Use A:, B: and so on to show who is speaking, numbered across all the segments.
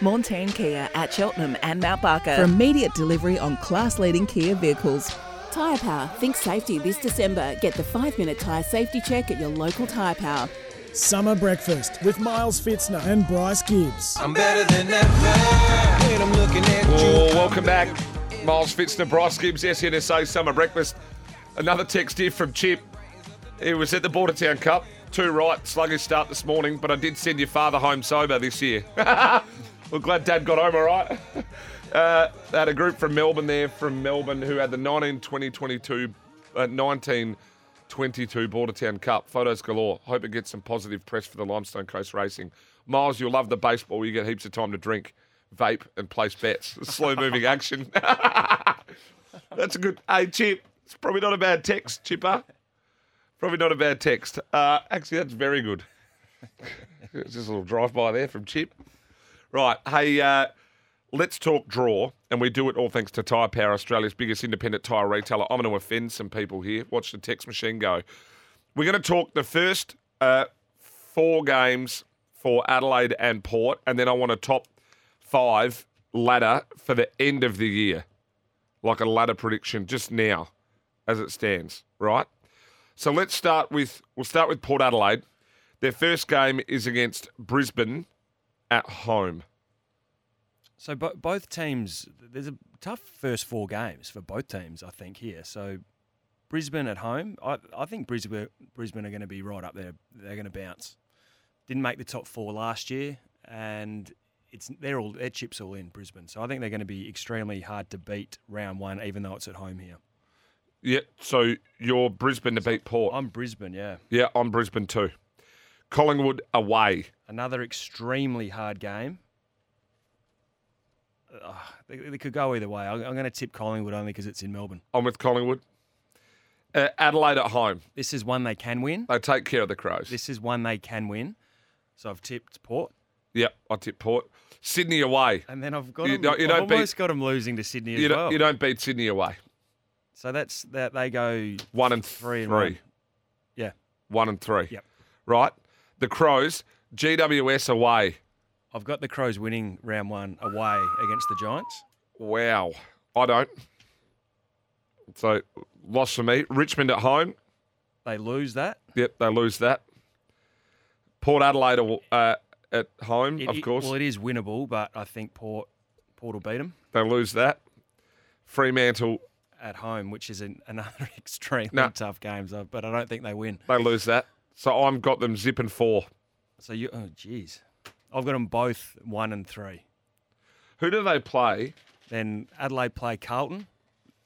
A: Montane Kia at Cheltenham and Mount Barker.
B: For immediate delivery on class-leading Kia vehicles.
C: Tyre Power. Think safety this December. Get the five-minute tyre safety check at your local Tyre Power.
D: Summer Breakfast with Miles Fitzner and Bryce Gibbs.
E: I'm better than ever when I'm looking at
F: you. Oh, welcome back. Miles Fitzner, Bryce Gibbs, SNSA Summer Breakfast. Another text here from Chip. It was at the Bordertown Cup. Two right, sluggish start this morning, but I did send your father home sober this year. well, glad Dad got home all right. Uh, they had a group from Melbourne there, from Melbourne, who had the 19 20 22, uh, 19 22 Bordertown Cup. Photos galore. Hope it gets some positive press for the Limestone Coast Racing. Miles, you'll love the baseball. You get heaps of time to drink, vape, and place bets. Slow moving action. That's a good. Hey, Chip. It's probably not a bad text, Chipper. Probably not a bad text. Uh, actually, that's very good. it's just a little drive by there from Chip. Right. Hey, uh, let's talk draw, and we do it all thanks to Tyre Power, Australia's biggest independent tyre retailer. I'm going to offend some people here. Watch the text machine go. We're going to talk the first uh, four games for Adelaide and Port, and then I want a top five ladder for the end of the year, like a ladder prediction just now as it stands, right? So let's start with we'll start with Port Adelaide. Their first game is against Brisbane at home.
G: So bo- both teams, there's a tough first four games for both teams, I think here. So Brisbane at home, I, I think Brisbane Brisbane are going to be right up there. They're going to bounce. Didn't make the top four last year, and it's they're all their chips all in Brisbane. So I think they're going to be extremely hard to beat round one, even though it's at home here.
F: Yeah, so you're Brisbane to beat Port.
G: I'm Brisbane, yeah.
F: Yeah, I'm Brisbane too. Collingwood away.
G: Another extremely hard game. Uh, they, they, could go either way. I'm, I'm going to tip Collingwood only because it's in Melbourne.
F: I'm with Collingwood. Uh, Adelaide at home.
G: This is one they can win.
F: They take care of the Crows.
G: This is one they can win. So I've tipped Port.
F: Yep, I tip Port. Sydney away.
G: And then I've got you, them, don't, you I've don't almost beat, got them losing to Sydney
F: you
G: as well.
F: You don't beat Sydney away.
G: So that's that they go
F: one and
G: three,
F: three. And one.
G: Yeah,
F: one and three.
G: Yep.
F: Right. The Crows, GWS away.
G: I've got the Crows winning round one away against the Giants.
F: Wow, I don't. So loss for me. Richmond at home.
G: They lose that.
F: Yep, they lose that. Port Adelaide uh, at home,
G: it,
F: of course.
G: It, well, it is winnable, but I think Port Port will beat them.
F: They lose that. Fremantle
G: at home, which is an, another extremely no. tough game. So, but I don't think they win.
F: They lose that. So I've got them zipping four.
G: So you, oh jeez, I've got them both one and three.
F: Who do they play?
G: Then Adelaide play Carlton.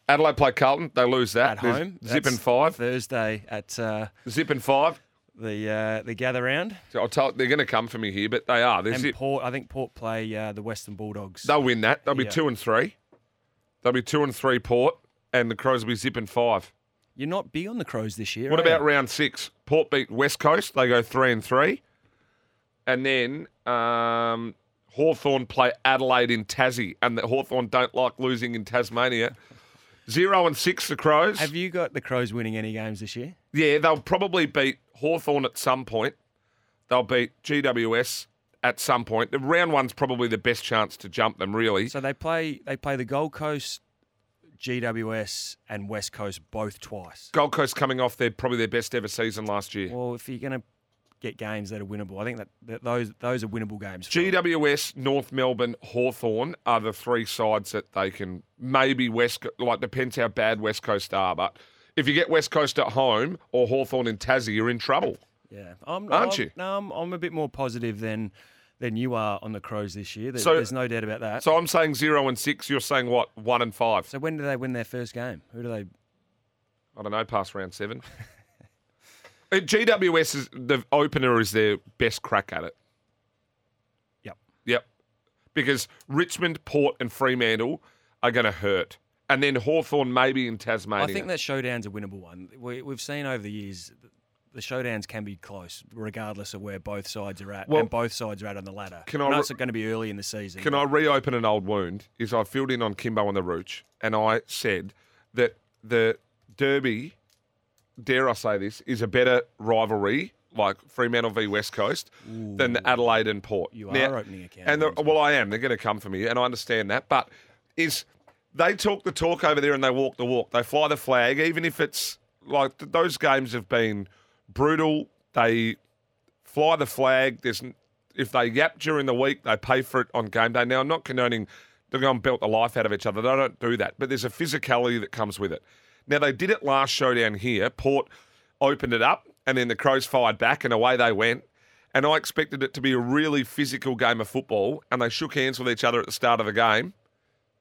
F: Adelaide play Carlton. They lose that
G: at home.
F: Zipping five
G: Thursday at uh,
F: zipping five.
G: The uh, the gather round.
F: So I'll tell, they're going to come for me here, but they are. They're
G: and zip. Port, I think Port play uh, the Western Bulldogs.
F: They'll win that. They'll be yeah. two and three. They'll be two and three Port, and the Crows will be zipping five.
G: You're not big on the Crows this year.
F: What about you? round six? Port beat West Coast. They go three and three, and then um, Hawthorn play Adelaide in Tassie, and the Hawthorn don't like losing in Tasmania. Zero and six the Crows.
G: Have you got the Crows winning any games this year?
F: Yeah, they'll probably beat Hawthorn at some point. They'll beat GWS at some point. The round one's probably the best chance to jump them, really.
G: So they play they play the Gold Coast, GWS, and West Coast both twice.
F: Gold Coast coming off their probably their best ever season last year.
G: Well, if you're going to get games that are winnable, I think that, that those those are winnable games.
F: GWS, North Melbourne, Hawthorn are the three sides that they can maybe West like depends how bad West Coast are, but. If you get West Coast at home or Hawthorn in Tassie, you're in trouble.
G: Yeah, I'm,
F: aren't
G: I'm,
F: you?
G: No, I'm, I'm a bit more positive than than you are on the Crows this year. There, so, there's no doubt about that.
F: So I'm saying zero and six. You're saying what? One and five.
G: So when do they win their first game? Who do they?
F: I don't know. Past round seven. GWS is the opener is their best crack at it.
G: Yep.
F: because Richmond, Port, and Fremantle are going to hurt. And then Hawthorn maybe in Tasmania.
G: I think that showdown's a winnable one. We, we've seen over the years the showdowns can be close, regardless of where both sides are at
F: Well,
G: and both sides are at on the ladder.
F: can
G: I
F: I
G: know
F: re-
G: it's going to be early in the season.
F: Can I reopen an old wound? Is I filled in on Kimbo and the Roach, and I said that the Derby, dare I say this, is a better rivalry, like Fremantle v West Coast, than the Adelaide and Port.
G: You are opening a can
F: And
G: of
F: the,
G: worms,
F: well, I am. They're going to come for me, and I understand that. But is they talk the talk over there and they walk the walk. They fly the flag, even if it's like th- those games have been brutal. They fly the flag. There's n- if they yap during the week, they pay for it on game day. Now, I'm not condoning they go and belt the life out of each other. They don't do that, but there's a physicality that comes with it. Now they did it last showdown here. Port opened it up, and then the Crows fired back, and away they went. And I expected it to be a really physical game of football, and they shook hands with each other at the start of the game,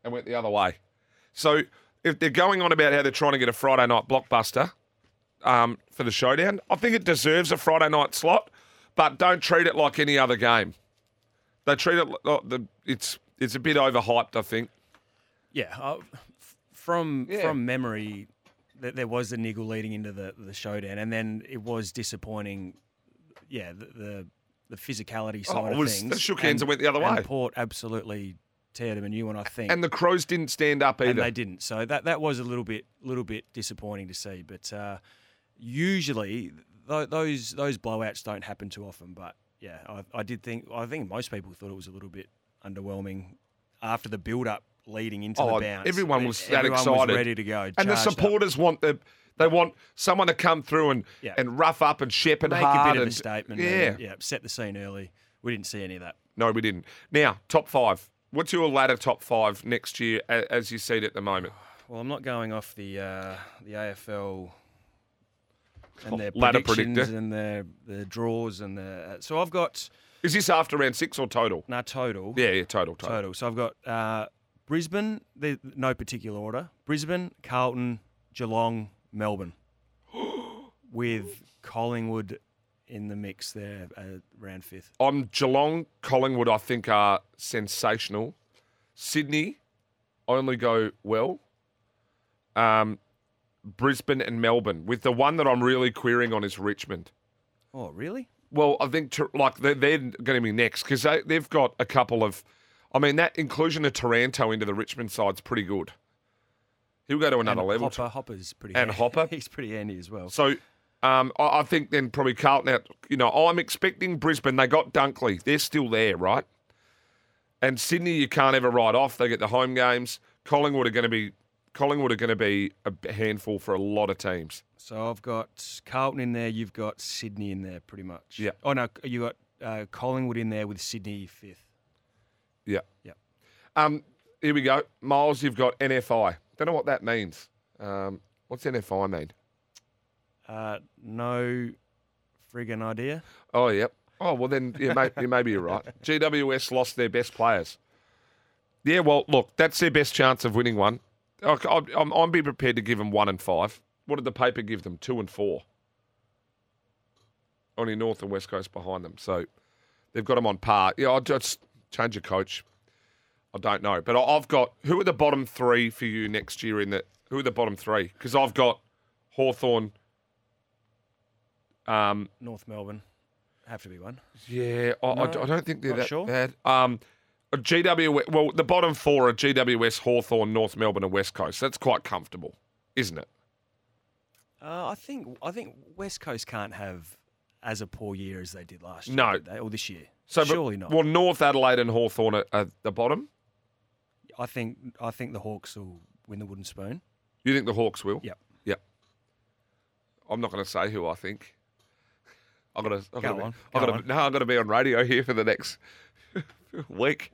F: and went the other way. So if they're going on about how they're trying to get a Friday night blockbuster, um, for the showdown. I think it deserves a Friday night slot, but don't treat it like any other game. They treat it like the it's it's a bit overhyped. I think.
G: Yeah, uh, f- from
F: Yeah.
G: from memory, th- there was the niggle leading into the the showdown, and then it was disappointing. Yeah, the the, the physicality side
F: Oh, it
G: of
F: was-
G: things.
F: they shook hands and went the other way.
G: Port absolutely teared them a new one, I think,
F: And the Crows didn't stand up
G: and
F: either.
G: they didn't. So that that was a little bit little bit disappointing to see. But uh, usually th- those those blowouts don't happen too often. But yeah, I, I did think I think most people thought it was a little bit underwhelming after the build up leading into
F: Oh,
G: the bounce.
F: everyone was that
G: Everyone
F: excited,
G: ready to go,
F: And the
G: charged up.
F: supporters want the they want someone to come through and
G: Yeah.
F: and rough up and shepherd
G: make a
F: hard
G: bit of a
F: and-
G: statement.
F: Yeah.
G: and, yeah, set the scene early. We didn't see any of that.
F: no, we didn't. Now top five. What's your ladder top five next year a- as you see it at the moment?
G: Well, I'm not going off the uh, the AFL and their
F: Oh, Ladder
G: predictions
F: predictor.
G: and their the draws and the. So I've got
F: Is this after round six or total?
G: now total.
F: Yeah, yeah, total, total.
G: total. So I've got uh, Brisbane, the, no particular order. Brisbane, Carlton, Geelong, Melbourne, with Collingwood in the mix there uh, round fifth.
F: I'm Geelong, Collingwood, I think are sensational. Sydney only go well. Um, Brisbane and Melbourne. With the one that I'm really querying on is Richmond.
G: Oh, really?
F: Well, I think Tor- like they're, they're going to be next because they, they've got a couple of. I mean, that inclusion of Taranto into the Richmond side's pretty good. He'll go to another
G: and
F: level.
G: Hopper, Hopper's pretty.
F: And
G: handy.
F: Hopper?
G: he's pretty handy as well.
F: So um, I, I think then probably Carlton out. You know, I'm expecting Brisbane. They got Dunkley. They're still there, right? And Sydney, you can't ever write off. They get the home games. Collingwood are going to be Collingwood are going to be a handful for a lot of teams.
G: So I've got Carlton in there. You've got Sydney in there, pretty much.
F: Yeah.
G: Oh no, you got uh, Collingwood in there with Sydney fifth.
F: Yeah.
G: Yep.
F: Um, here we go, Miles. You've got NFI. Don't know what that means. Um, what's NFI mean?
G: Uh, no friggin' idea.
F: Oh, yep. Oh, well, then yeah, may, yeah, maybe you're right. GWS lost their best players. Yeah, well, look, that's their best chance of winning one. I, I, I'm, I'm be prepared to give them one and five. What did the paper give them? Two and four. Only North and West Coast behind them, so they've got them on par. Yeah, I'll just change your coach. I don't know, but I- I've got who are the bottom three for you next year in the who are the bottom three? Because I've got Hawthorn. Um,
G: North Melbourne have to be one.
F: yeah, I, I
G: No,
F: d- I don't think they're
G: not
F: that
G: sure.
F: bad. Um, a GW, well, the bottom four are GWS, Hawthorn, North Melbourne, and West Coast. That's quite comfortable, isn't it?
G: Uh, I think I think West Coast can't have as a poor year as they did last year,
F: No.
G: did they? or this year.
F: So, but-
G: surely not.
F: Well, North Adelaide and Hawthorn are, are the bottom.
G: I think I think the Hawks will win the wooden spoon.
F: You think the Hawks will?
G: Yep.
F: Yep. I'm not going to say who I think. I'm gonna. I'm
G: Go
F: gonna be-
G: on,
F: I'm
G: go
F: gonna,
G: on.
F: No, I'm gonna be on radio here for the next week.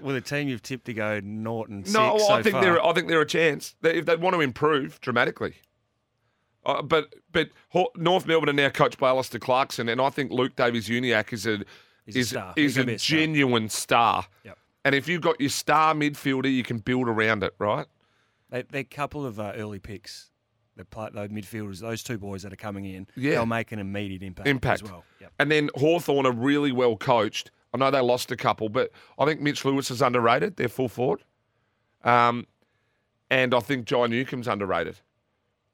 G: With a team you've tipped to go Norton six
F: No, well,
G: so
F: I think
G: far.
F: they're I think they're a chance. They, if they want to improve dramatically, uh, but but Haw- North Melbourne are now coached by Alistair Clarkson, and I think Luke Davies Uniac is a
G: He's a
F: is
G: star. He's
F: is
G: gonna be
F: a
G: a star.
F: genuine star.
G: Yep.
F: And if you've got your star midfielder, you can build around it, right?
G: They, they're a couple of uh, early picks. The pla- those midfielders, those two boys that are coming in,
F: Yeah.
G: they'll make an immediate impact.
F: Impact.
G: as well. Yep.
F: And then Hawthorn are really well coached. I know they lost a couple, but I think Mitch Lewis is underrated. They're full forward. Um, and I think Jai Newcomb's underrated.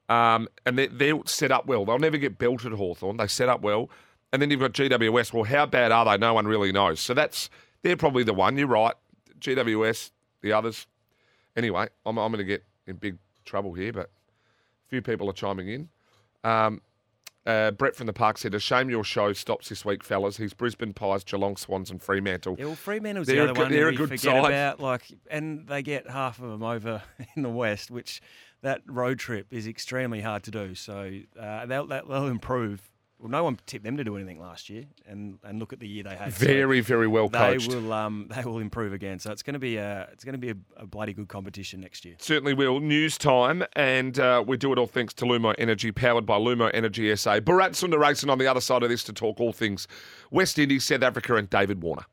F: Um, and they, they're set up well. They'll never get belted Hawthorn. They set up well. And then you've got GWS. Well, how bad are they? No one really knows. So that's they're probably the one. You're right. GWS, the others. Anyway, I'm, I'm going to get in big trouble here, but a few people are chiming in. Um, uh, Brett from the park said, "A shame your show stops this week, fellas. He's Brisbane Pies, Geelong Swans, and Fremantle.
G: Yeah, well, Fremantle's
F: They're a
G: the other
F: good-
G: one that
F: they're a
G: we
F: good
G: forget
F: side.
G: about, like, and they get half of them over in the west, which that road trip is extremely hard to do. So uh, they'll, they'll improve. Well, no one tipped them to do anything last year, and, and look at the year they had. So
F: Very, very well
G: they
F: coached.
G: will um, they will improve again. So it's going to be a it's going to be a, a bloody good competition next year.
F: Certainly will. News time, and uh, we do it all thanks to Lumo Energy, powered by Lumo Energy SA. Bharat Sundaresan on the other side of this to talk all things West Indies, South Africa, and David Warner.